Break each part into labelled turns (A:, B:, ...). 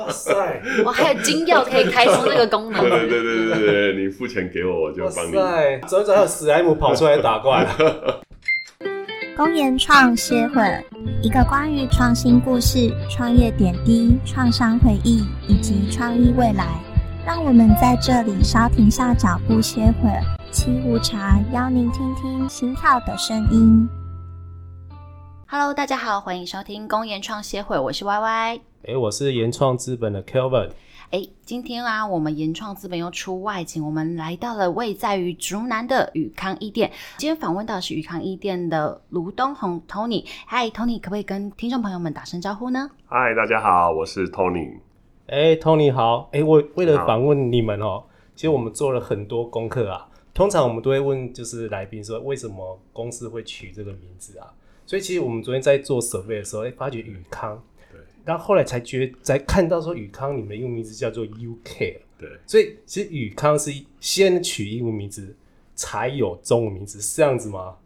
A: 哇塞，
B: 我还有金钥可以开通那个 功能。
C: 对对对对对对，你付钱给我，我就
A: 哇
C: 帮你。
A: 塞，走一走还有史莱姆跑出来打 怪，
D: 公研创协会，一个关于创新故事、创业点滴、创伤回忆以及创意未来。让我们在这里稍停下脚步歇会儿，沏壶茶，邀您听听心跳的声音。
B: Hello，大家好，欢迎收听公研创协会，我是 Y Y。
A: 哎、我是原创资本的 Kelvin，
B: 哎，今天啊，我们研创资本又出外景，我们来到了位在于竹南的宇康一店。今天访问到的是宇康一店的卢东红 Tony。嗨，Tony，可不可以跟听众朋友们打声招呼呢？
C: 嗨，大家好，我是 Tony。
A: 哎、t o n y 好，哎、我为了
C: 好
A: 访问你们哦、其实我们做了很多功课啊。通常我们都会问，就是来宾说为什么公司会取这个名字啊？所以其实我们昨天在做 survey 的时候，哎、发觉宇康，
C: 对
A: 然后后来才觉才看到说宇康你们的英文名字叫做 UK，
C: 对
A: 所以其实宇康是先取英文名字，才有中文名字，是这样子吗？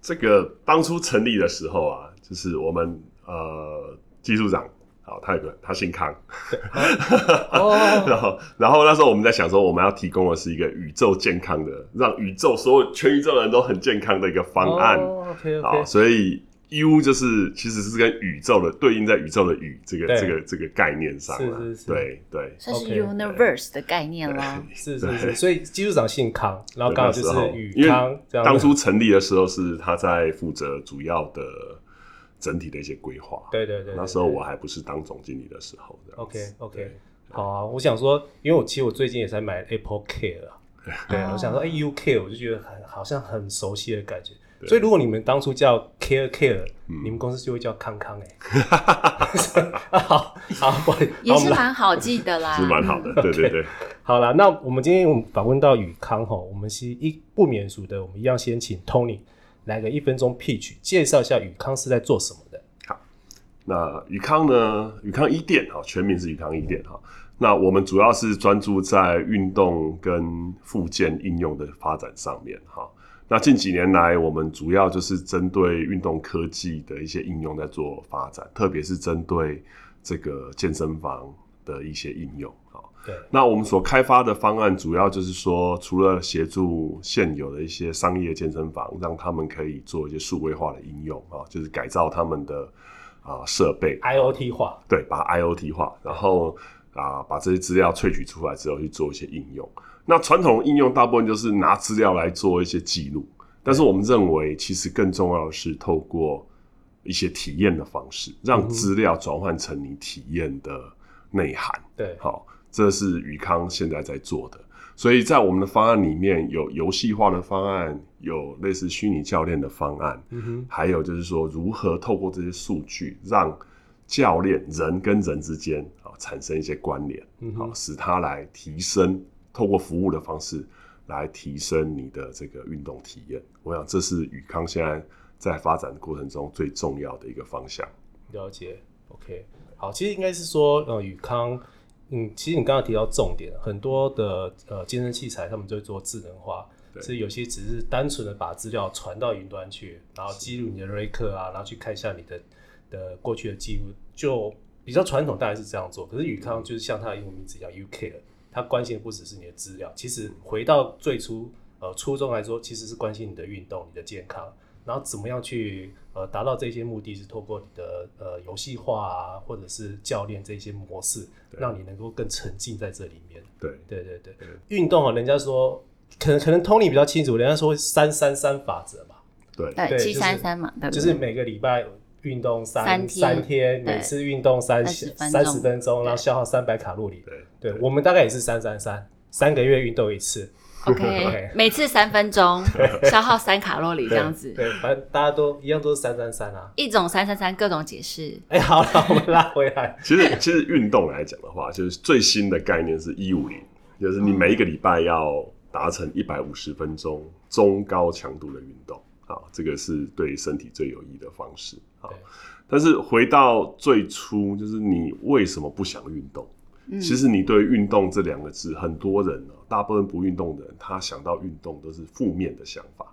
C: 这个当初成立的时候啊，就是我们呃技术长，好，他有个他姓康，
A: 啊 哦，
C: 然后然后那时候我们在想说，我们要提供的是一个宇宙健康的，让宇宙所有全宇宙的人都很健康的一个方案。
A: 哦 OK
C: 好，
A: OK，
C: 所以 U 就是其实是跟宇宙的对应在宇宙的宇这个
A: 对
C: 这个这个概念上了，
A: 是是是
C: 对对
B: 算是
A: OK，
B: universe 的概念啦。
A: 是是是，所以技术长姓康，然后刚好就
C: 对那时
A: 是
C: 候
A: 宇康这样子。
C: 当初成立的时候是他在负责主要的整体的一些规划，
A: 对对对对，
C: 那时候
A: 对
C: 我还不是当总经理的时候这样子
A: OK OK，
C: 对
A: 好啊，我想说，因为我其实我最近也才买 Apple Care 了，对，
C: 啊
B: 哦
A: 我想说，哎，UK 我就觉得很好像很熟悉的感觉。
C: 对嗯
A: 所以如果你们当初叫 Care Care，你们公司就会叫康康 哎。 好好，不好意思好
B: 也
A: 我
B: 是
A: 们来
B: 蛮好记的 啦，
C: 是蛮好的，对对对，
A: 好了，那我们今天我们访问到宇康哈，我们是一不免俗的，我们一样先请 Tony 来个一分钟 pitch，介绍一下宇康是在做什么的。
C: 那宇康呢？宇康一店哈，全名是宇康一店哈。那我们主要是专注在运动跟复健应用的发展上面哈。那近几年来，我们主要就是针对运动科技的一些应用在做发展，特别是针对这个健身房的一些应用哈。
A: 对，
C: 那我们所开发的方案主要就是说，除了协助现有的一些商业健身房，让他们可以做一些数位化的应用啊，就是改造他们的啊设备，
A: IOT 化，
C: 对，把它 IOT 化，然后啊把这些资料萃取出来之后去做一些应用。那传统应用大部分就是拿资料来做一些记录，但是我们认为其实更重要的是透过一些体验的方式，
A: 嗯哼
C: 让资料转换成你体验的内涵。
A: 对，
C: 好，这是宇康现在在做的。所以在我们的方案里面有游戏化的方案，有类似虚拟教练的方案，
A: 嗯哼，
C: 还有就是说如何透过这些数据让教练人跟人之间啊产生一些关联，
A: 嗯
C: 好、
A: 哼，
C: 使它来提升，透过服务的方式来提升你的这个运动体验。我想这是宇康现在在发展的过程中最重要的一个方向。
A: 了解。OK，好，其实应该是说，呃，宇康，嗯，其实你刚刚提到重点，很多的呃健身器材他们就会做智能化，
C: 对
A: 所以有些只是单纯的把资料传到云端去，然后记录你的 r e c 啊，然后去看一下你的的过去的记录，就比较传统，大概是这样做。可是宇康就是像它的英文名字一样 UK 了，它关心的不只是你的资料，其实回到最初呃初衷来说，其实是关心你的运动、你的健康。然后怎么样去呃达到这些目的，是透过你的呃游戏化啊，或者是教练这些模式，
C: 对
A: 让你能够更沉浸在这里面。
C: 对，
A: 对对对
C: 嗯，
A: 运动啊，人家说可能可能 Tony 比较清楚，人家说三三三法则嘛，
C: 对，
A: 对
B: 对，七
A: 就是
B: 三三嘛，对不对？
A: 就是每个礼拜运动三
B: 嗯三天
A: 天，
B: 对
A: 每次运动三
B: 30分钟
A: 三十分钟，
B: 对
A: 然后消耗三百卡路里。
C: 对，
A: 对我们大概也是三三三，三个月运动一次。
B: OK，每次三分钟，消耗三卡路里这样子。
A: 对，反正大家都一样都是三三三啊。
B: 一种三三三，各种解释。
A: 哎，好了，我们拉回来。
C: 其实， 其实运动来讲的话，就是最新的概念是一五零，就是你每一个礼拜要达成一百五十分钟中高强度的运动啊，这个是对身体最有益的方式啊
A: 对。
C: 但是回到最初，就是你为什么不想运动？
B: 嗯，
C: 其实你对运动这两个字，很多人呢、大部分不运动的人，他想到运动都是负面的想法，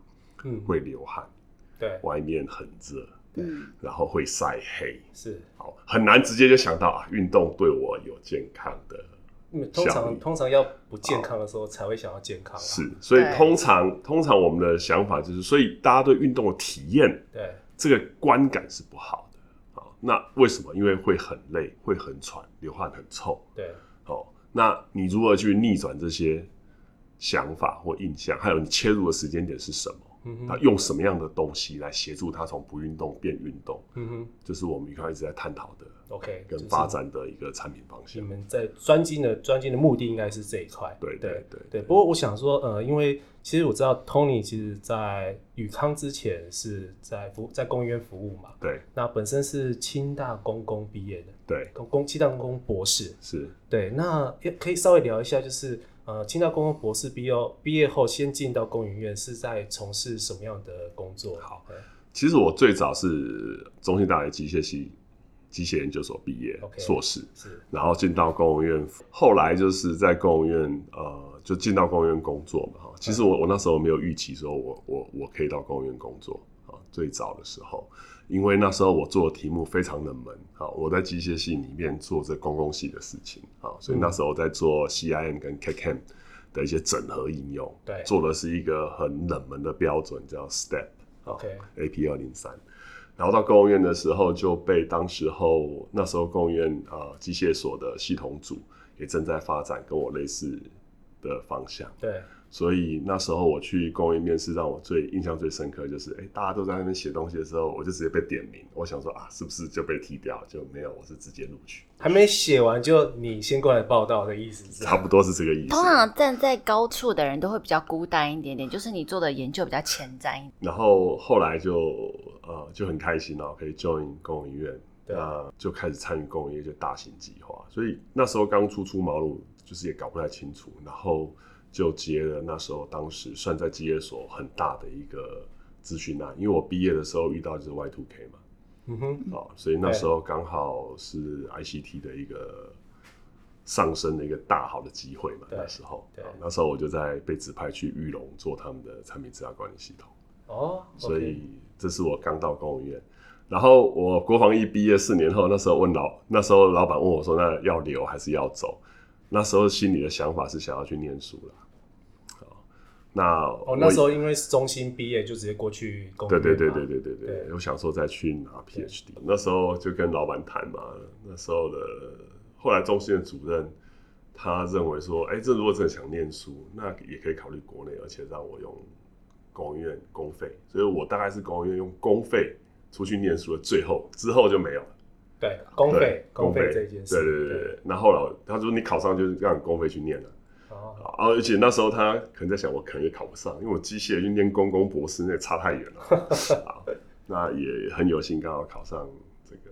A: 嗯，
C: 会流汗，
A: 对，
C: 外面很热，
B: 嗯，
C: 然后会晒黑，
A: 是，
C: 好，很难直接就想到啊，运动对我有健康的
A: 嗯通
C: 效
A: 常
C: 益
A: 通常要不健康的时候才会想要健康、啊，
C: 是，所以
B: 对
C: 通常通常我们的想法就是，所以大家对运动的体验
A: 对，
C: 这个观感是不好的啊。那为什么？因为会很累，会很喘，流汗很臭。
A: 对，
C: 哦，那你如何去逆转这些想法或印象？还有你切入的时间点是什么？
A: 嗯
C: 那
A: 哼，
C: 用什么样的东西来协助他从不运动变运动？
A: 嗯哼
C: 就是我们刚刚一直在探讨的
A: ，OK，
C: 跟
A: 就是
C: 发展的一个产品方
A: 你
C: 向。
A: 们在专精的专精的目的应该是这一块，
C: 对
A: 对
C: 对
A: 对，不过我想说，呃，因为其实我知道 Tony 其实在宇康之前是在服在公务员服务嘛，
C: 对
A: 那本身是清大公工毕业的，
C: 对，
A: 公公清大公工博士。
C: 是
A: 对，那也可以稍微聊一下，就是呃，清大公工博士毕业后毕业后先进到工研院是在从事什么样的工作？呃
C: 好
A: 对，
C: 其实我最早是中兴大学机械系机械研究所毕业
A: OK
C: 硕士，
A: 是
C: 然后进到公务院，后来就是在公务院，呃，就进到公务院工作嘛。哈，其实我我那时候没有预期说我我我可以到公务院工作啊，最早的时候，因为那时候我做的题目非常冷门啊，我在机械系里面做这公共系的事情啊，所以那时候我在做 CIM 跟 KCAM 的一些整合应用，
A: 对
C: 做的是一个很冷门的标准叫 STEP。
A: ，OK，
C: AP 二零三。然后到公务院的时候，就被当时候那时候公务院呃机械所的系统组也正在发展跟我类似的方向，
A: 对，
C: 所以那时候我去公务院面试，让我最印象最深刻就是，哎，大家都在那边写东西的时候，我就直接被点名，我想说啊，是不是就被踢掉？就没有，我是直接录取，
A: 还没写完就你先过来报道的意思是？
C: 差不多是这个意思。
B: 通常站在高处的人都会比较孤单一点点，就是你做的研究比较前瞻一点。
C: 然后后来就呃就很开心哦，可以 join 公营院，
A: 对
C: 呃，就开始参与公营一些大型计划。所以那时候刚初出茅庐，就是也搞不太清楚，然后就接了那时候当时算在基业所很大的一个咨询案，因为我毕业的时候遇到就是 Y two K 嘛，
A: 嗯哼，
C: 哦，所以那时候刚好是 ICT 的一个上升的一个大好的机会嘛。
A: 对
C: 那时候，
A: 对
C: 哦那时候我就在被指派去玉龙做他们的产品资料管理系统。
A: 哦，
C: 所以这是我刚到公务院。然后我国防一毕业四年后，那时候问老，那时候老板问我说：“那要留还是要走？”那时候心里的想法是想要去念书啦。好，那
A: 哦
C: 我，
A: 那时候因为是中心毕业，就直接过去工
C: 对
A: 研
C: 对
A: 院
C: 对
A: 嘛
C: 对对对对，
A: 对
C: 有想说再去拿 PhD。那时候就跟老板谈嘛，那时候的后来中心的主任，他认为说，哎，这如果真的想念书，那也可以考虑国内，而且让我用公务院公费，所以我大概是公务院用公费出去念书的最后，之后就没有了。
A: 对，公费
C: 对
A: 公
C: 费
A: 费这件事，
C: 对对对对。那后来我他说你考上就是让你公费去念了。
A: 哦，
C: 啊，而且那时候他可能在想，我可能也考不上，因为我机械训练公公博士那也差太远了。啊，那也很有幸刚好考上这个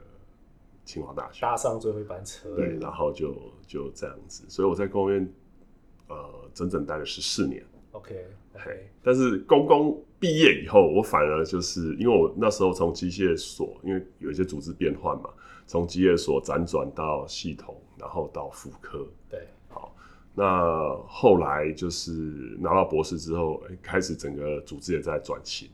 C: 清华大学，
A: 搭上最后一班车，
C: 对，然后就就这样子，所以我在公务院呃整整待了十四年。
A: ，OK
C: 嘿
A: OK，，
C: 但是公公毕业以后，我反而就是因为我那时候从机械所，因为有一些组织变换嘛，从机械所辗转到系统，然后到妇科，
A: 对，
C: 那后来就是拿到博士之后，哎开始整个组织也在转型，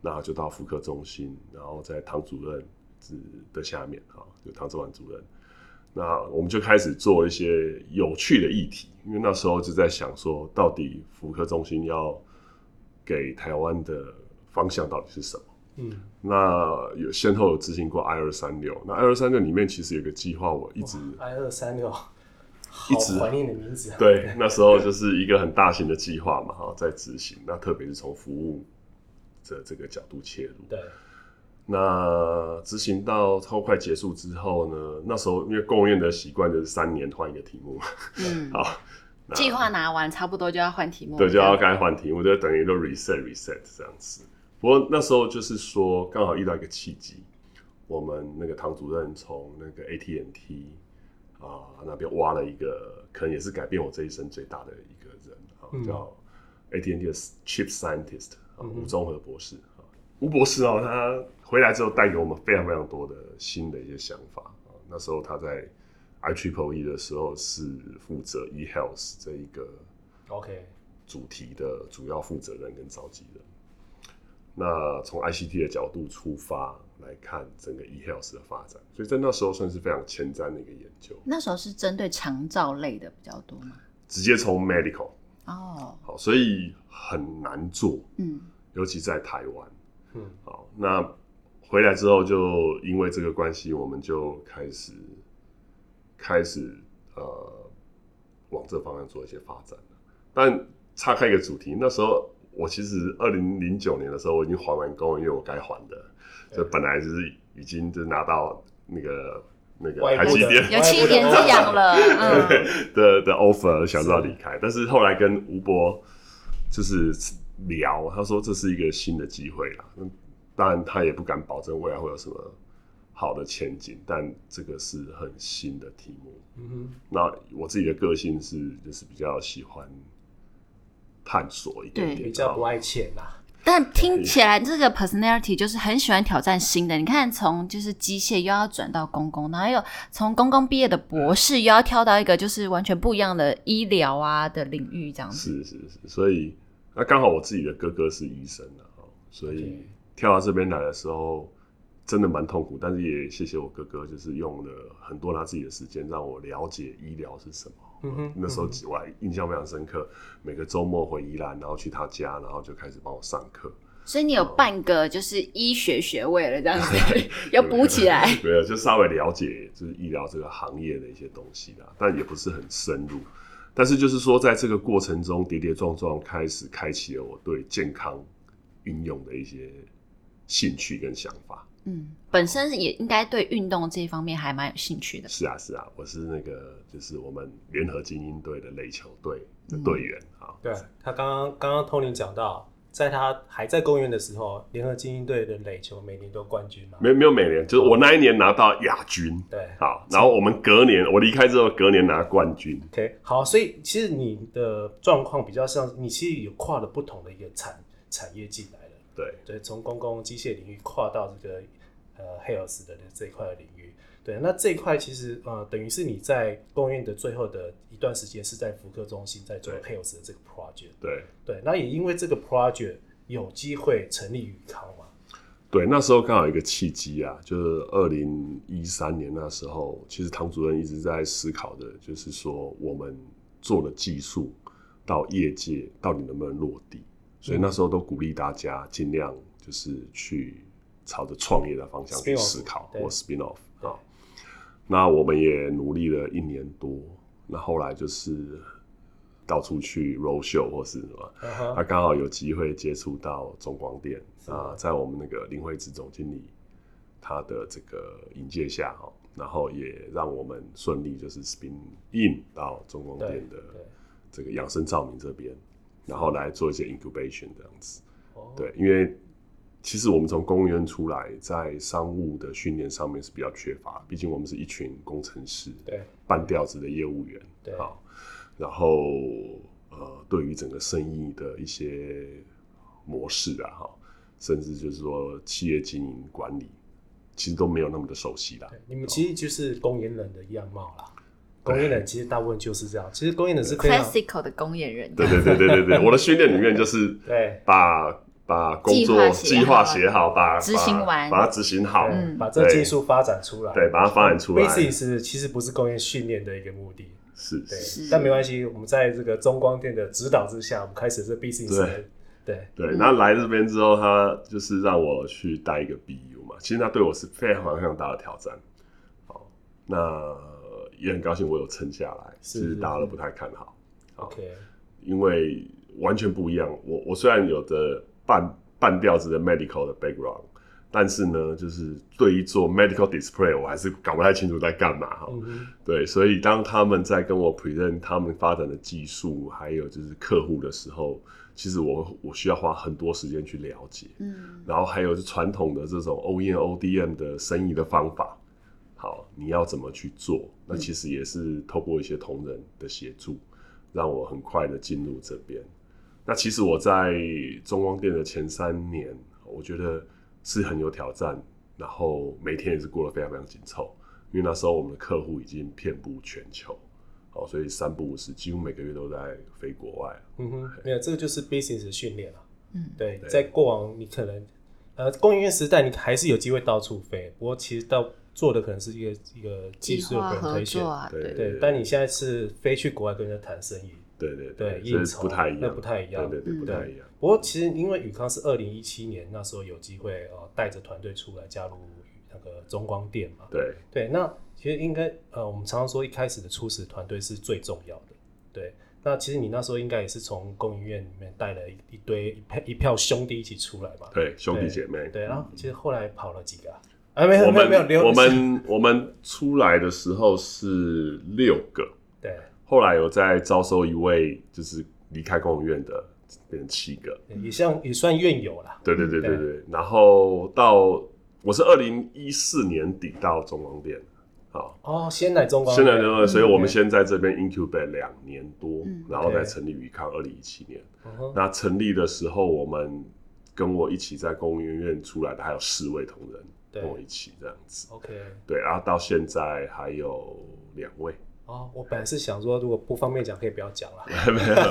C: 那就到妇科中心，然后在唐主任之的下面啊，就唐志婉主任。那我们就开始做一些有趣的议题，因为那时候就在想说，到底妇科中心要给台湾的方向到底是什么？
A: 嗯，
C: 那有先后有执行过 I 二三六，那 I 二三六里面其实有个计划，我一直
A: I 二三六，好
C: 一直
A: 怀念你的名字，啊
C: 对， 那时候就是一个很大型的计划嘛，哈，在执行。那特别是从服务的这个角度切入。
A: 对
C: 那执行到超快结束之后呢，那时候因为公务院的习惯就是三年换一个题目，
B: 嗯，
C: 好，那
B: 计划拿完差不多就要换题目，
C: 对，就要该换题目，就等于都 reset reset 这样子。不过那时候就是说，刚好遇到一个契机，我们那个唐主任从那个 AT&T 啊、那边挖了一个，可能也是改变我这一生最大的一个人啊，
A: 嗯
C: 叫 AT&T 的 Chief Scientist 啊，
A: 嗯哼
C: 吴宗和博士啊。吴博士哦，他回来之后带给我们非常非常多的新的一些想法啊。那时候他在 I Triple E 的时候是负责 E Health 这一个
A: ，OK，
C: 主题的主要负责人跟召集人。那从 ICT 的角度出发，来看整个 e health 的发展，所以在那时候算是非常前瞻的一个研究，
B: 那时候是针对长照类的比较多嘛？
C: 直接从 medical
B: 哦，
C: 好，所以很难做，
B: 嗯，
C: 尤其在台湾。
A: 嗯，
C: 好，那回来之后就因为这个关系，我们就开始开始呃往这方向做一些发展了但岔开一个主题，那时候我其实二零零九年的时候我已经还完工了，因为我该还的，就本来就是已经就拿到那个那个
A: 外部
C: 台积
A: 的
C: 电
B: 有七年之痒了，嗯，
C: 的的 offer 想知道离开，但是后来跟吴波就是聊，他说这是一个新的机会啦。嗯当然他也不敢保证未来会有什么好的前景，但这个是很新的题目。
A: 嗯哼，
C: 那我自己的个性是就是比较喜欢探索一点点，
A: 比较不
C: 好
A: 爱钱呐、啊，
B: 但听起来这个 personality 就是很喜欢挑战新的。你看，从就是机械又要转到公共，然后又从公共毕业的博士，又要跳到一个就是完全不一样的医疗啊的领域，这样子。
C: 是是是，所以那刚好我自己的哥哥是医生啊，哦所以
A: OK
C: 跳到这边来的时候真的蛮痛苦，但是也谢谢我哥哥，就是用了很多他自己的时间让我了解医疗是什么。
A: 嗯哼
C: 那时候
A: 嗯哼
C: 我还印象非常深刻，每个周末回宜兰，然后去他家，然后就开始帮我上课。
B: 所以你有半个就是医学学位了，这样子 要补起 来。
C: 没啊有，就稍微了解就是医疗这个行业的一些东西啦，但也不是很深入。但是就是说，在这个过程中跌跌撞撞，开始开启了我对健康运用的一些兴趣跟想法。
B: 嗯，本身也应该对运动这一方面还蛮有兴趣的。
C: 是啊，是啊，我是那个就是我们联合精英队的垒球队的
B: 嗯
C: 队员啊。
A: 对他刚刚刚刚 Tony 讲到，在他还在公园的时候，联合精英队的垒球每年都冠军嘛，
C: 没有没有每年，就是我那一年拿到亚军，
A: 对
C: 好，然后我们隔年我离开之后，隔年拿冠军，
A: ，OK，好，所以其实你的状况比较像，你其实有跨了不同的一个产产业进来了，
C: 对，
A: 对，从公共机械领域跨到这个呃 health 的这一块的领域。对，那这一块其实呃，等于是你在公院的最后的一段时间是在福克中心在做
C: 对
A: health 的这个 project。
C: 对。
A: 对，那也因为这个 project 有机会成立宇康嘛。
C: 对，那时候刚好有一个契机啊，就是二零一三年那时候，其实唐主任一直在思考的，就是说我们做的技术到业界到底能不能落地，
A: 嗯
C: 所以那时候都鼓励大家尽量就是去朝着创业的方向去
A: Spin off，
C: 思考
A: 对
C: 或 spin off
A: 对
C: 啊。那我们也努力了一年多，那后来就是到处去 road show 或是什么，
A: 嗯哼
C: 他刚好有机会接触到中光电
A: 是
C: 啊，在我们那个林慧芝总经理他的这个引介下哦，然后也让我们顺利就是 spin in 到中光
A: 对
C: 电的
A: 对
C: 这个养生照明这边，然后来做一些 incubation 这样子。
A: 哦
C: 对，因为其实我们从公务员出来，在商务的训练上面是比较缺乏，毕竟我们是一群工程师，
A: 对
C: 半调子的业务员，
A: 对
C: 好，然后呃，对于整个生意的一些模式啊，哈，甚至就是说企业经营管理，其实都没有那么的熟悉啦
A: 对，，你们其实就是公园人的样貌啦。公园人其实大部分就是这样，其实公园人是非常
B: classical 的公演人，
C: 对对对对对对，我的训练里面就是
A: 对
C: 把把工
B: 计
C: 作
B: 划写好
C: 计划写好，把
B: 执行
C: 把
B: 完
C: 把它执行好，
A: 对
B: 嗯
A: 把这个技术发展出来，
C: 对，把它发展出来，
A: Basis 其实不是工业训练的一个目的，
C: 是
A: 对
C: 是，，
A: 但没关系，我们在这个中光电的指导之下，我们开始这 Basis
C: 对
A: 的对
C: 对。那来这边之后，他就是让我去带一个 BU 嘛，其实他对我是非常非常大的挑战。好，那也很高兴我有撑下来，
A: 是
C: 其实
A: 是
C: 大家都
A: 是
C: 不太看好，
A: ，OK，
C: 因为完全不一样。我我虽然有着半半吊子的 medical 的 background。但是呢，就是对于做 medical display，我还是搞不太清楚在干嘛哦哈。
A: 嗯哼，
C: 对，所以当他们在跟我 present 他们发展的技术，还有就是客户的时候，其实我我需要花很多时间去了解，
B: 嗯，
C: 然后还有是传统的这种 E OEM、ODM 的生意的方法，好，你要怎么去做？那其实也是透过一些同仁的协助，让我很快的进入这边。那其实我在中光电的前三年，我觉得是很有挑战，然后每天也是过得非常非常紧凑，因为那时候我们的客户已经遍布全球，好，所以三不五时，几乎每个月都在飞国外。
A: 嗯哼，没有，这个就是 Basis 的训练了。
B: 嗯
A: 对，
C: 对
A: 在过往你可能呃，工业院时代你还是有机会到处飞，不过其实到做的可能是一个一个技
B: 计
A: 术的
B: 划
A: 人
B: 合
A: 推选
B: 作，啊，
C: 对
B: 对，
A: 对。但你现在是飞去国外跟人家谈生意，
C: 对对
A: 对，
C: 所
A: 应
C: 以
A: 酬
C: 不太一
A: 那
C: 样，
A: 不太一样。
C: 对对对，
B: 嗯
C: 不太一样。
A: 不过其实因为宇康是二零一七年那时候有机会呃带着团队出来加入那个中光电嘛，
C: 对，
A: 对，那其实应该呃，我们常常说一开始的初始团队是最重要的。对，那其实你那时候应该也是从公营院里面带了一一堆一票一票兄弟一起出来嘛。
C: 对兄弟姐妹，嗯
A: 对，然
B: 嗯
A: 后其实后来跑了几个啊？啊，没有
C: 我
A: 没有
C: 们
A: 没有，留
C: 我们我们出来的时候是六个，
A: 对
C: 后来有在招收一位就是离开公务院的，变成七个。
A: 也像也算院友啦。
C: 对对对对
A: 嗯
C: 对。然后到我是二零一四年底到中光电，好，
A: 哦，先来中光
C: 现
A: 电，
C: 在呢，所以我们
A: 嗯
C: 先在这边 incubate 两年多
B: 嗯，
C: 然后再
A: OK
C: 成立宇康，二零一七年。
A: 嗯哼
C: 那成立的时候，我们跟我一起在公务院出来的还有四位同仁
A: 对
C: 跟我一起这样子，
A: OK。
C: 对，然后到现在还有两位，
A: 哦，我本来是想说，如果不方便讲，可以不要讲了。
C: 没有，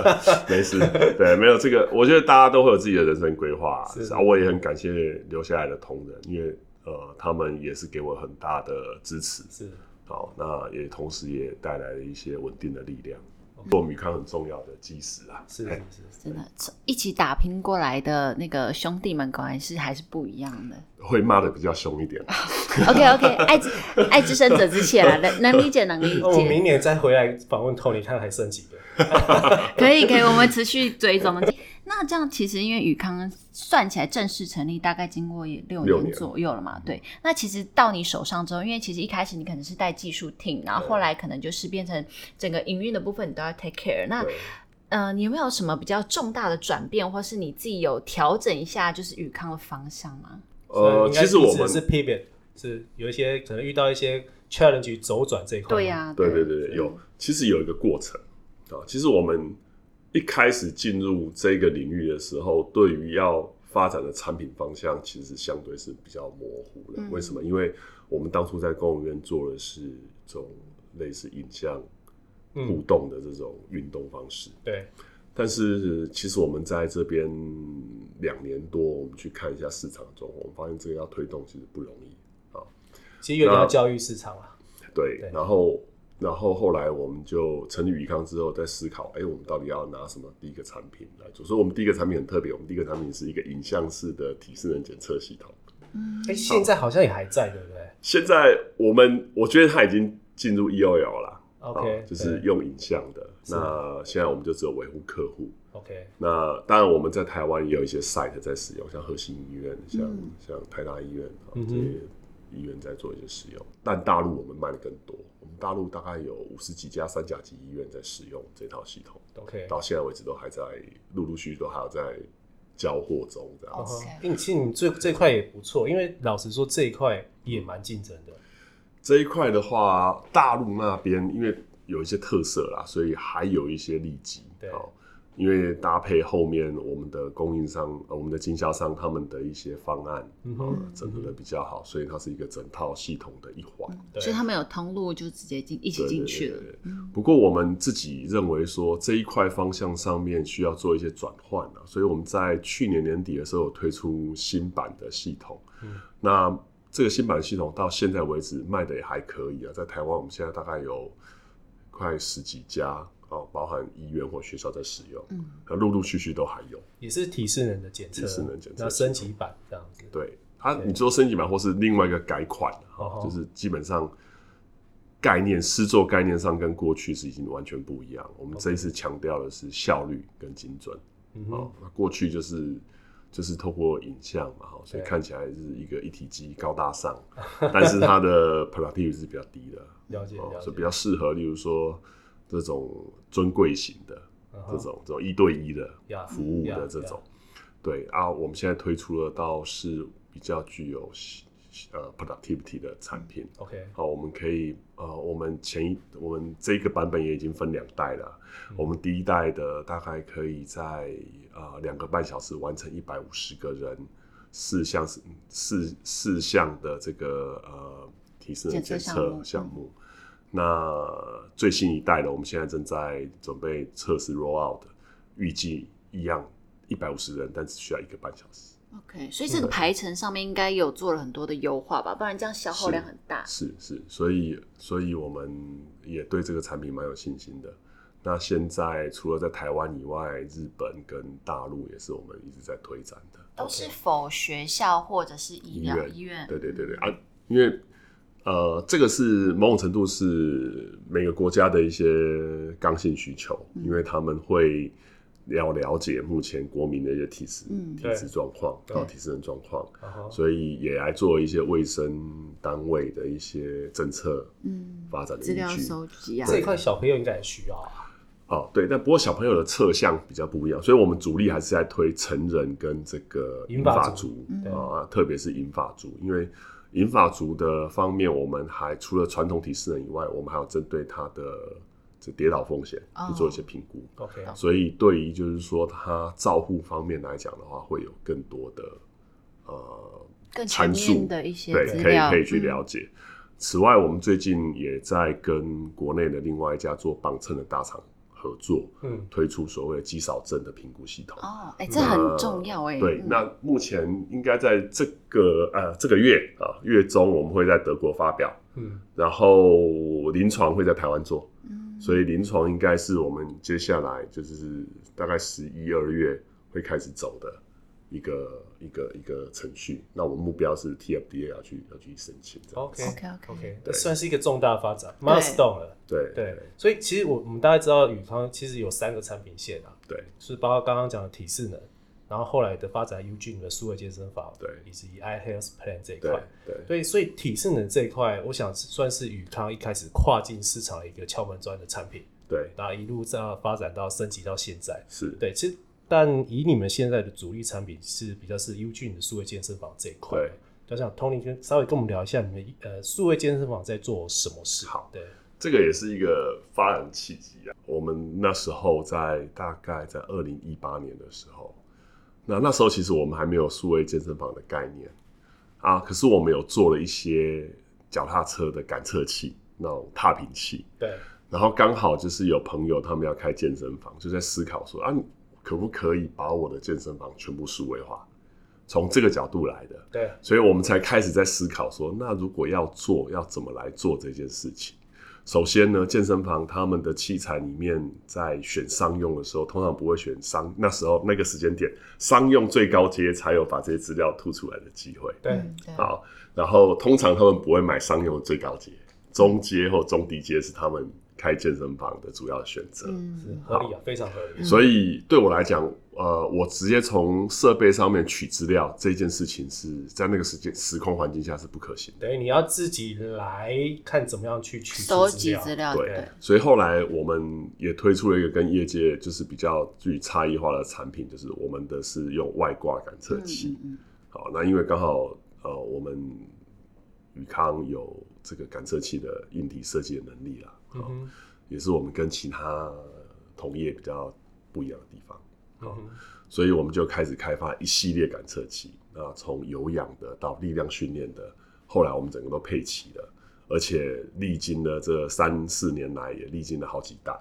C: 没事，对，没有这个，我觉得大家都会有自己的人生规划，
A: 是
C: 然后我也很感谢留下来的同仁，因为呃，他们也是给我很大的支持，
A: 是
C: 好，那也同时也带来了一些稳定的力量，
A: 哦
C: 做米康很重要的基石啊，
A: 是
C: 嘿
A: 是是，
B: 真的一起打拼过来的那个兄弟们，果然是还是不一样的。
C: 会骂的比较凶一点，
A: 啊
B: OK OK，爱之爱之深者之切啦，能能理解能理
A: 那我
B: 解，
A: 明年再回来访问 Tony，看还剩几个。
B: 可以可以，我们持续追踪。那这样其实因为宇康算起来正式成立大概经过也六
C: 六
B: 年
C: 年
B: 左右了嘛，对。那其实到你手上之后，因为其实一开始你可能是带技术 team，然后后来可能就是变成整个营运的部分你都要 take care。那
C: 对。
B: 呃，你有没有什么比较重大的转变，或是你自己有调整一下就是宇康的方向吗？
A: 所
C: 呃
A: 以，应该
C: 其实我们
A: 一直是 pivot，是有一些可能遇到一些 challenge 走转这一块。
B: 对呀、、
C: 对对对，有，其实有一个过程啊。其实我们一开始进入这个领域的时候，对于要发展的产品方向，其实相对是比较模糊的。
B: 嗯
C: 为什么？因为我们当初在公务院做的是这种类似影像互
A: 嗯，
C: 动的这种运动方式，
A: 对，
C: 但是其实我们在这边两年多，我们去看一下市场中，我们发现这个要推动其实不容易。
A: 其实有点
C: 那
A: 要教育市场啦。
C: 对，
A: 对
C: 然后然后后来我们就成立宇康之后，在思考，哎，我们到底要拿什么第一个产品来做？所以我们第一个产品很特别，我们第一个产品是一个影像式的体适能检测系统。
A: 哎、现在好像也还在，对不对
C: 现在我们我觉得它已经进入 EOL 啦。
A: ？OK，、
C: 啊就是
A: 对
C: 用影像的。
A: 是
C: 那现在我们就只有维护客户。
A: OK，
C: 那当然，我们在台湾也有一些 site 在使用，像核心医院、像、像台大医院啊
A: 嗯
C: 这
A: 哼
C: 些医院在做一些使用。但大陆我们卖的更多，我们大陆大概有五十几家三甲级医院在使用这套系统，
A: OK。
C: 到现在为止都还在陆陆续续都还有在交货中这样
A: 嗯
C: 子。
A: 哼
B: OK
A: 并且你这这块也不错，因为老实说这一块也蛮竞争的。
C: 这一块的话，大陆那边因为有一些特色啦，所以还有一些利基。
A: 对
C: 哦，因为搭配后面我们的供应商、呃我们的经销商他们的一些方案，啊
A: 嗯哼，
C: 整合的比较好，所以它是一个整套系统的一环。
A: 对
B: 所以他们有通路就直接进一起进去了
C: 对对对对。
B: 嗯
C: 不过我们自己认为说这一块方向上面需要做一些转换啊，所以我们在去年年底的时候有推出新版的系统。
A: 嗯
C: 那这个新版系统到现在为止卖的也还可以啊，在台湾我们现在大概有快十几家哦，包含医院或学校在使用，
B: 嗯，
C: 那陆陆续续都还有。
A: 也是体适能的检测，
C: 体适能检测
A: 那升级版这样子。
C: 对它，
A: 对
C: 你说升级版或是另外一个改款，
A: 哦
C: 哈，就是基本上概念施作概念上跟过去是已经完全不一样。我们这一次强调的是效率跟精准，
A: 嗯
C: 哦
A: 哼，，
C: 那过去就是。就是透过影像嘛，哈，所以
A: 对
C: 看起来是一个一体机高大上， 但是它的 productivity 是比较低的，
A: 了解
C: 哦
A: 了，解
C: 所以比。较适合，例如说这种尊贵型的，
A: 嗯哼
C: 这种这种一对一的
A: 呀
C: 服务
A: 呀
C: 的这种。对啊，我们现在推出了倒是比较具有呃 productivity 的产品。
A: OK，
C: 好，我们可以呃，我们前一我们这个版本也已经分两代了。我们第一代的大概可以在呃两个半小时完成一百五十个人四项四四项的这个呃提示能检
B: 检测项
C: 测
B: 目
C: 项目。那最新一代的，我们现在正在准备测试 roll out，预计一样一百五十人，但只需要一个半小
B: 哦
C: 时。
B: OK，所以这个排程上面应该有做了很多的优化吧，不然这样消耗量很大。
C: 是是，所以所以我们也对这个产品蛮有信心的。那现在除了在台湾以外，日本跟大陆也是我们一直在推展的。
B: 都是否学校或者是医疗
C: 医
B: 医院？
C: 对对对对啊，因为呃，这个是某种程度是每个国家的一些刚性需求，
B: 嗯
C: 因为他们会要了解目前国民的一些体质、
B: 嗯
C: 体质状况，
A: 对
C: 到体质的状况，
A: 然后
C: 所以也来做一些卫生单位的一些政策
B: 嗯，
C: 发展的
E: 资
C: 依
E: 料
C: 据。
E: 收集啊
A: 这，一块小朋友应该也需要啊。
C: 哦，对，但不过小朋友的侧向比较不一样，所以我们主力还是在推成人跟这个
A: 银
C: 银
A: 发
C: 发
A: 族嗯
C: 族
A: 对
C: 啊，特别是银发族，因为银发族的方面，我们还除了传统体适能以外，我们还有针对他的这跌倒风险
E: 哦
C: 去做一些评估，
A: OK，
C: 所以对于就是说他照护方面来讲的话，会有更多的呃
E: 更全
C: 参
E: 面
C: 数
E: 的一些
C: 对，
E: 资
C: 可以
E: 料嗯
C: 可以去了解。此外，我们最近也在跟国内的另外一家做磅秤的大厂合作，
A: 嗯，
C: 推出所谓的肌少症的评估系
E: 嗯
C: 统。呃
B: 哦，哎、这很重要哎、
C: 对，
B: 嗯
C: 那目前应该在这个呃这个月啊月中，我们会在德国发表，
A: 嗯，
C: 然后临床会在台湾做，
B: 嗯
C: 所以临床应该是我们接下来就是大概十一二月会开始走的一个一个一个程序。那我们目标是 TFDA 要去要去申请这样子。
A: OK
E: OK
B: 嗯
E: OK，
A: OK，
C: 对
A: 算是一个重大发展 milestone 了。
C: 对
A: 对，所以其实我我们大家知道宇康其实有三个产品线啊，
C: 对
A: 是包括刚刚讲的体适能，然后后来的发展 U G 的数位健身法，
C: 对
A: 以及 I Health Plan 这一
C: 对
A: 块。
C: 对
A: 对，所以体适能这一块，我想算是宇康一开始跨进市场的一个敲门砖的产品，
C: 对，
A: 然后一路这样发展到升级到现在。
C: 是，
A: 对，其实但以你们现在的主力产品是比较是 U G 的数位健身房这一块。
C: 对。
A: 就想 Tony 跟稍微跟我们聊一下你们呃数位健身房在做什么事？
C: 好，
A: 对，
C: 这个也是一个发展契机啊。我们那时候在大概在二零一八年的时候，那那时候其实我们还没有数位健身房的概念啊，可是我们有做了一些脚踏车的感测器，那种踏频器。
A: 对，
C: 然后刚好就是有朋友他们要开健身房，就在思考说啊，你可不可以把我的健身房全部数位化？从这个角度来的，
A: 对，
C: 所以我们才开始在思考说，那如果要做，要怎么来做这件事情？首先呢，健身房他们的器材里面，在选商用的时候，通常不会选商那时候那个时间点，商用最高阶才有把这些资料吐出来的机会。
A: 对，
E: 对
C: 好，然后通常他们不会买商用的最高阶，中阶或中低阶是他们开健身房的主要选择。
A: 是
E: 嗯，
A: 合理啊，非常合理。
C: 所以对我来讲，呃，我直接从设备上面取资料这件事情是在那个时间时空环境下是不可行的。
A: 等于你要自己来看怎么样去取
E: 收集资
A: 料。
E: 料
C: 对，
E: 对，
C: 所以后来我们也推出了一个跟业界就是比较具差异化的产品，就是我们的是用外挂感测器。
E: 嗯
C: 好，那因为刚好呃，我们宇康有这个感测器的硬体设计的能力啦，
A: 嗯
C: 好
A: 哼，
C: 也是我们跟其他同业比较不一样的地方。
A: 嗯哼，
C: 所以我们就开始开发一系列感测器，那从有氧的到力量训练的，后来我们整个都配齐了，而且历经了这三四年来，也历经了好几代，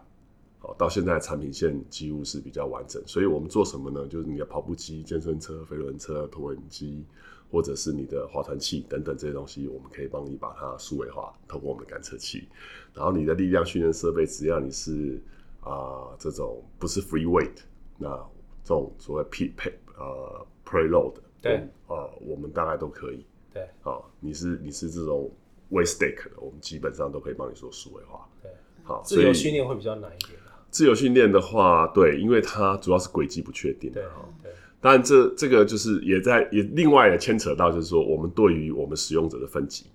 C: 好到现在产品线几乎是比较完整。所以我们做什么呢？就是你的跑步机、健身车、飞轮车、椭圆机，或者是你的划船器等等这些东西，我们可以帮你把它数位化，透过我们的感测器。然后你的力量训练设备，只要你是啊、这种不是 free weight，那这种所谓 p p 呃 preload，
A: 对
C: 呃，我们大概都可以。
A: 对
C: 啊、你是你是这种 weight stake 的，我们基本上都可以帮你做数位化。
A: 对，
C: 好，
A: 自由
C: 所以
A: 训练会比较难一点啊。
C: 自由训练的话，对，因为它主要是轨迹不确定。
A: 对
C: 哈
A: 对，
C: 当然这这个就是也在也另外也牵扯到，就是说我们对于我们使用者的分级。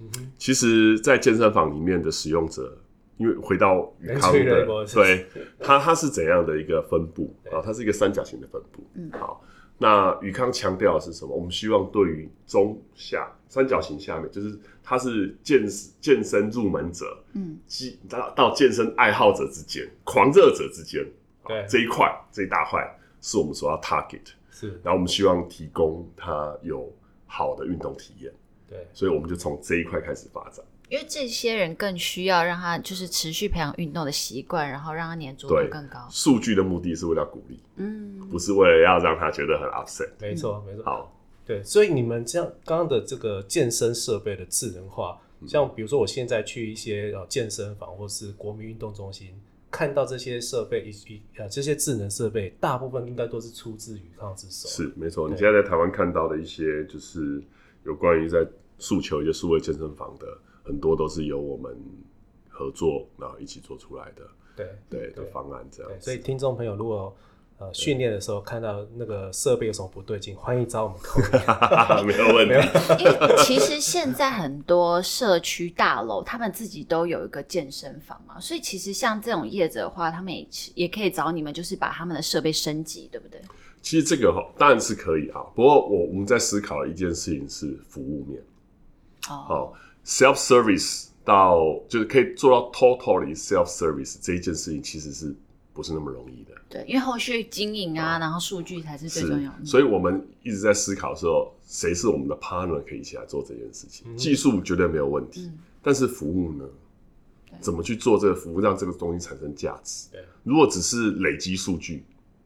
A: 嗯哼，
C: 其实，在健身房里面的使用者，因为回到宇康
A: 人群
C: 的
A: level，，
C: 对它它是怎样的一个分布
A: 对
C: 啊？它是一个三角形的分布。
E: 嗯
C: 好，那宇康强调的是什么？我们希望对于中下三角形下面，就是它是健健身入门者，
E: 嗯，
C: 肌到到健身爱好者之间、狂热者之间，啊
A: 对
C: 这一块这一大块是我们所要 target，
A: 是，
C: 然后我们希望提供他有好的运动体验，
A: 对，
C: 所以我们就从这一块开始发展。
E: 因为这些人更需要让他就是持续培养运动的习惯，然后让他粘着
C: 对
E: 度更高。
C: 数据的目的是为了鼓励，
B: 嗯，
C: 不是为了要让他觉得很 upset。
A: 没错，没错。
C: 嗯好，
A: 对，所以你们这样刚刚的这个健身设备的智能化，
C: 嗯
A: 像比如说我现在去一些呃健身房或是国民运动中心，看到这些设备以及呃这些智能设备，大部分应该都是出自于康之手。，
C: 是没错。
A: 对
C: 你现在在台湾看到的一些，就是有关于在诉求一些数位健身房的，很多都是由我们合作，然后一起做出来的，
A: 对
C: 对的
A: 对
C: 方案这样
A: 对，
C: 子。
A: 所以听众朋友如果呃训练的时候看到那个设备有什么不对劲，欢迎找我们 Tony。
C: 没有问题，
E: 因为其实现在很多社区大楼，他们自己都有一个健身房嘛，所以其实像这种业者的话，他们也也可以找你们，就是把他们的设备升级，对不对？
C: 其实这个哈当然是可以啊，不过我我们在思考的一件事情是服务面。
E: 哦
C: 好、s e l f service 到就是可以做到 totally self service 这一件事情，其实是不是那么容易的？
E: 对，因为后续经营啊，然后数据才是最重要的。嗯
C: 所以我们一直在思考说，谁是我们的 partner 可以一起来做这件事情。
A: 嗯
C: 技术绝对没有问题，
E: 嗯
C: 但是服务呢
E: 对？
C: 怎么去做这个服务，让这个东西产生价值？
A: 对，
C: 如果只是累积数据，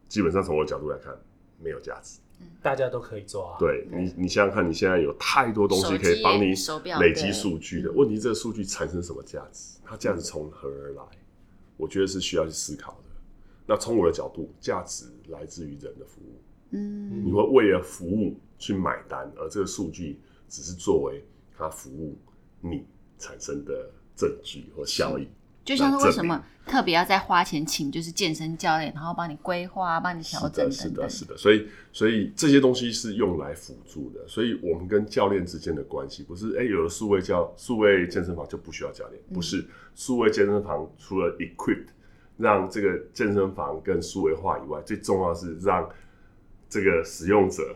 C: 基本上从我的角度来看，没有价值。
A: 大家都可以做啊。
C: 对你，你想想看，你现在有太多东西可以帮你
E: 哦手机手表
C: 累积数据的。
E: 对嗯
C: 问题，这个数据产生什么价值？它价值从何而来？我觉得是需要去思考的。那从我的角度，价值来自于人的服务。
E: 嗯，
C: 你会为了服务去买单，而这个数据只是作为它服务你产生的证据或效益。
E: 就像是为什么特别要再花钱请就是健身教练，然后帮你规划、啊帮你调
C: 是
E: 整
C: 的，是
E: 等等
C: 的，。是的。所以，所以这些东西是用来辅助的。所以我们跟教练之间的关系，不是哎，有了数位教数位健身房就不需要教练，不
E: 嗯
C: 是数位健身房除了 equipped 让这个健身房更数位化以外，最重要的是让这个使用者、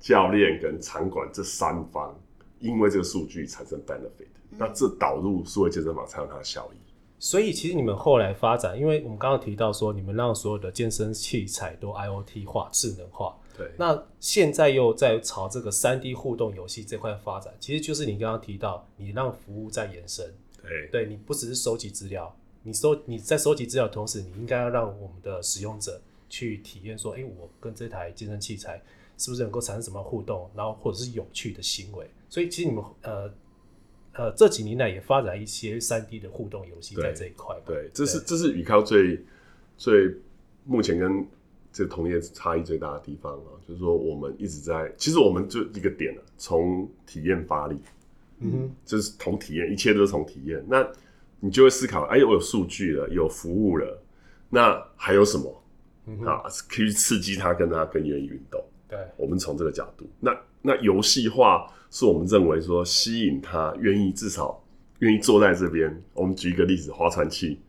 C: 教练跟场馆这三方，因为这个数据产生 benefit，、那
E: 嗯
C: 这导入数位健身房才有它的效益。
A: 所以其实你们后来发展，因为我们刚刚提到说，你们让所有的健身器材都 IOT 化、智能化，
C: 对
A: 那现在又在朝这个三 D 互动游戏这块发展，其实就是你刚刚提到，你让服务在延伸，
C: 对
A: 对你不只是收集资料，你收你在收集资料的同时，你应该要让我们的使用者去体验说，诶，我跟这台健身器材是不是能够产生什么互动，然后或者是有趣的行为。所以其实你们呃呃这几年来也发展一些三 D 的互动游戏在
C: 对
A: 这一块嘛，
C: 对，这是这是宇康最最目前跟这同业差异最大的地方啊，就是说我们一直在，其实我们就一个点啊，从体验发力，
A: 嗯哼，
C: 就是从体验，一切都是从体验。那你就会思考，哎，我有数据了，有服务了，那还有什么
A: 嗯哼，
C: 啊可以刺激他跟他更愿意运动？
A: 对，
C: 我们从这个角度，那那游戏化是我们认为说吸引他愿意至少愿意坐在这边。我们举一个例子，划船器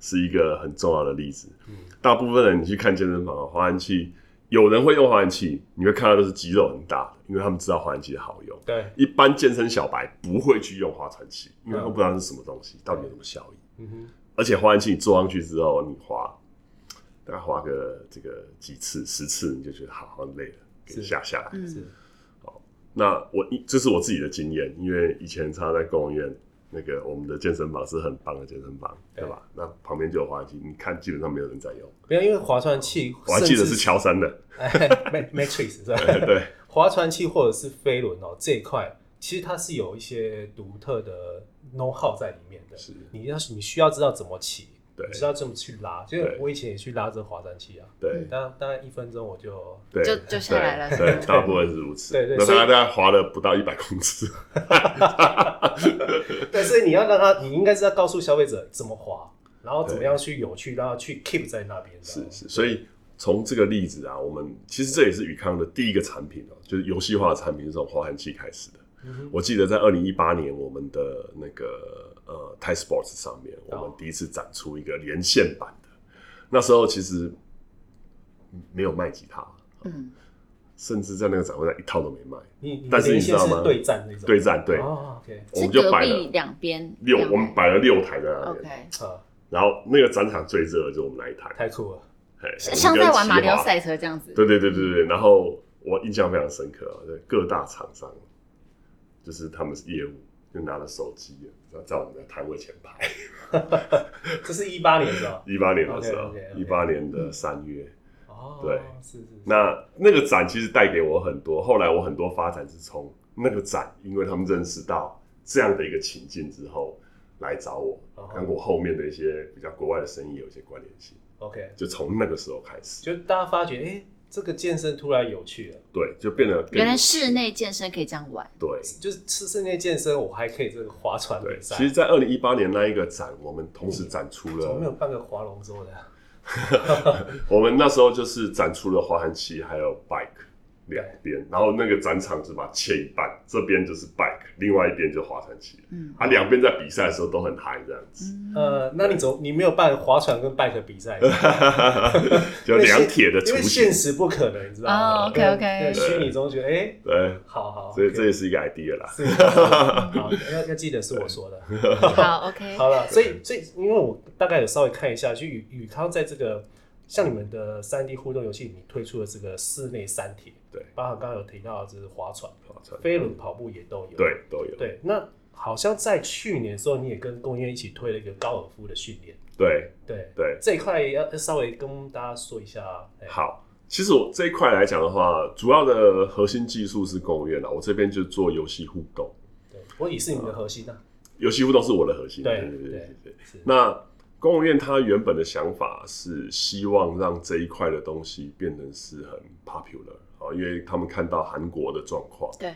C: 是一个很重要的例子。
A: 嗯
C: 大部分人你去看健身房，划船器有人会用划船器，你会看到都是肌肉很大的，因为他们知道划船器的好用。
A: 对，
C: 一般健身小白不会去用划船器，因为他们不知道是什么东西，到底有什么效益。
A: 嗯哼，
C: 而且划船器你坐上去之后，你划大概划个这个几次十次，你就觉得好好累了，给
A: 是
C: 下下来。
E: 嗯
A: 是，
C: 那我一这是我自己的经验，因为以前常常在公务院那个我们的健身房是很棒的健身房，
A: 对
C: 对吧？那旁边就有滑梯，你看基本上没有人在用。
A: 没有，因为划船器，
C: 我还记得
A: 甚
C: 是
A: 至
C: 乔山的，
A: 哎 Ma-，Matrix 是吧？
C: 对，
A: 划船器或者是飞轮哦这一块，其实它是有一些独特的 know how 在里面的。
C: 是
A: 你要是你需要知道怎么骑，
C: 对
A: 你知道怎么去拉。就是
C: 对
A: 我以前也去拉这划船器啊，
C: 对
A: 但大概一分钟我就
C: 对，
E: 就就下来了
C: 对
E: 是吧
C: 对，大部分是如此。
A: 对对
C: 那
A: 所以
C: 大概滑了不到一百公尺，
A: 对，所以你要让他，你应该是要告诉消费者怎么滑，然后怎么
C: 对
A: 样去有趣，让他去 keep 在那边。
C: 是
A: 知道吗
C: 是，所以从这个例子啊，我们其实这也是宇康的第一个产品哦、就是游戏化的产品是从滑痕器开始的。
A: 嗯哼
C: 我记得在二零一八年，我们的那个呃 Thai Sports 上面，我
A: 哦
C: 们第一次展出一个连线版的。那时候其实没有卖吉他，
E: 嗯，
C: 甚至在那个展会上一套都没卖。
A: 你你
C: 但是
A: 连
C: 你知
A: 线
C: 道
A: 是
C: 吗
A: 对战那种
C: 对战对，
A: 哦，OK
C: 我
E: 是
C: 们就
E: 隔
C: 摆
E: 壁
C: 了
E: 两边
C: 六，
E: 两
C: 我们摆了六台在那边。
E: OK，
A: 啊，
C: 然后那个展场最热的就是我们那一台，
A: 太酷了。
C: 嘿
E: 像在玩马里奥。
C: 我们跟
E: 赛车这样子。
C: 对对对对对，然后我印象非常深刻啊，各大厂商就是他们是业务就拿了手机，然后在我们的摊位前排。
A: 这是一八年是吧？
C: 一八年的时候，
A: OK，OK，OK
C: 一八年的三月，
A: 哦，
C: 对
A: 是是是。
C: 那那个展其实带给我很多，后来我很多发展是从那个展，因为他们认识到这样的一个情境之后来找我
A: 哦，
C: 跟我后面的一些比较国外的生意有一些关联性，
A: OK，
C: 就从那个时候开始，
A: 就大家发觉，哎、这个健身突然有趣了，
C: 对，就变得更
E: 原来室内健身可以这样玩，
C: 对。
A: 就是室室内健身，我还可以这个划船
C: 对，
A: 比赛。
C: 其实，在二零一八年那一个展，我们同时展出
A: 嗯怎么没有
C: 了，
A: 办个划龙舟的啊？
C: 我们那时候就是展出了滑hand 器还有 bike 两边，然后那个展场是把它切一半，这边就是 bike，另外一边就滑hand 器，
E: 嗯
C: 啊，两边在比赛的时候都很嗨这样子，
A: 呃，那你总你没有办划船跟 bike 比 赛，是吧
C: 就两铁的
A: 嗯因为
C: 雏形
A: 现，实不可能，你知道吗？
E: 哦，OK，OK
A: 对虚拟中觉得，哎、
C: 对，
A: 好好，
C: 所以
A: OK
C: 这也是一个 idea 啦，
A: 是好，要要记得是我说的。
E: 好，OK，
A: 好了，所以所以因为我大概有稍微看一下，就宇宇康在这个像你们的三 D 互动游戏里面推出的这个室内三铁，
C: 对
A: 包含刚刚有提到的就是划船、
C: 划船
A: 飞轮、跑步也都有。
C: 对，都有，
A: 对，那好像在去年的时候，你也跟龚燕一起推了一个高尔夫的训练，
C: 对
A: 对
C: 对，
A: 这一块要要稍微跟大家说一下。哎，
C: 好，其实我这一块来讲的话，主要的核心技术是公务员啦，我这边就做游戏互动，
A: 对，我也是你们的核心啊。
C: 游戏互动是我的核心，
A: 对
C: 对
A: 对
C: 对。
A: 是
C: 那公务院它原本的想法是希望让这一块的东西变成是很 popular 啊，因为他们看到韩国的状况，
E: 对，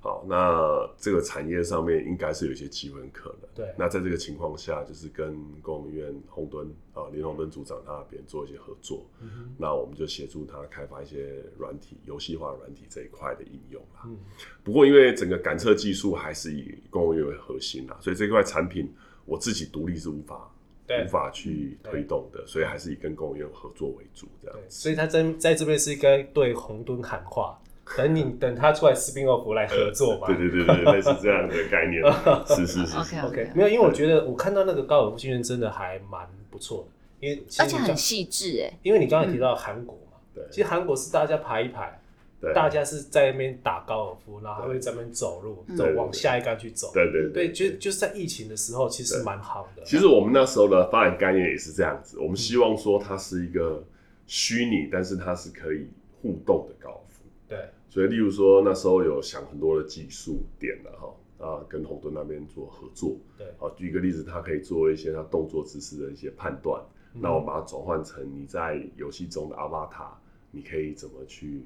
C: 好，那这个产业上面应该是有一些机会可能。
A: 对
C: 那在这个情况下，就是跟公务院红墩啊林红墩组长他那边做一些合作，
A: 嗯哼
C: 那我们就协助他开发一些软体、游戏化软体这一块的应用啦。
A: 嗯，
C: 不过因为整个感测技术还是以公务院为核心啊啦，所以这块产品我自己独立是无法
A: 对
C: 无。法去推动的，所以还是以跟公务院合作为主这样
A: 对，
C: 子。
A: 所以他在在这边是应该对红墩喊话，等 你等他出来 spin off 来合作嘛。
C: 呃对对对 对，类似这样的概念，是是是是
E: OK，OK
A: OK，没有，因为我觉得我看到那个高尔夫训练真的还蛮不错的，因为其实
E: 而
A: 你
E: 且
A: 刚
E: 很细致哎，
A: 因为你刚刚提到韩国嘛，
C: 对
A: 其实韩国是大家排一排，
C: 对
A: 大家是在那边打高尔夫，然后还会在那边走路，
E: 嗯
A: 走
C: 对对
A: 往
C: 对
A: 下一杆去走。
C: 对对
A: 对，就就是在疫情的时候，其实
C: 对
A: 蛮好的。
C: 其实我们那时候的发展概念也是这样子，我们希望说它是一个虚拟，但是它是可以互动的高尔夫。
A: 对
C: 所以，例如说那时候有想很多的技术点的哈，啊，跟红墩那边做合作。
A: 对
C: 好，哦举一个例子，它可以做一些它动作姿势的一些判断，
A: 嗯
C: 那我把它转换成你在游戏中的阿巴塔，你可以怎么去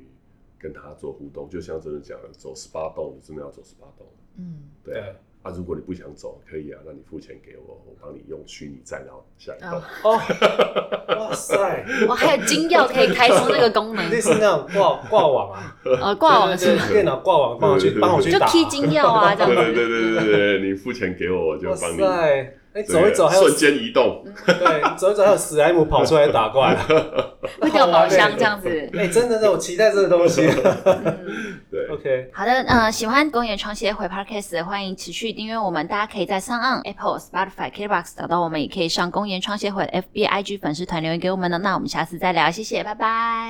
C: 跟它做互动？就像真的讲的，走十八洞，你真的要走十八洞，
E: 嗯，
C: 对啊。
A: 对
C: 啊，如果你不想走，可以啊，那你付钱给我，我帮你用虚拟再然后下一
E: 哦
C: 栋。
A: 哦，哇塞，
E: 我还有金钥可以开通这个功 能
A: 类，似那种挂挂网啊。
E: 呃，挂网
A: 对
E: 是
A: 对对电脑挂网，帮我去
C: 对对对
A: 帮我去
E: 就
A: 打。
E: key 金钥啊这
C: 对
E: 样子，
C: 对对对对对对，你付钱给我，我就
A: 哇
C: 帮你。
A: 塞！哎，
C: 这个
A: 走一走还有
C: 瞬间移动，
A: 对，走一走还有史莱姆跑出来打 怪，
E: 会掉宝箱这样子。嗯
A: 哎，真的，我期待这个东 西。
C: 对
A: OK，
E: 好的，呃，喜欢公演创业会 Podcast，欢迎持续订阅我们。大家可以在上岸 Apple、Spotify、KBox 找到我们，也可以上公演创业会的 FB、IG 粉丝团留言给我们呢。那我们下次再聊，谢谢，拜拜。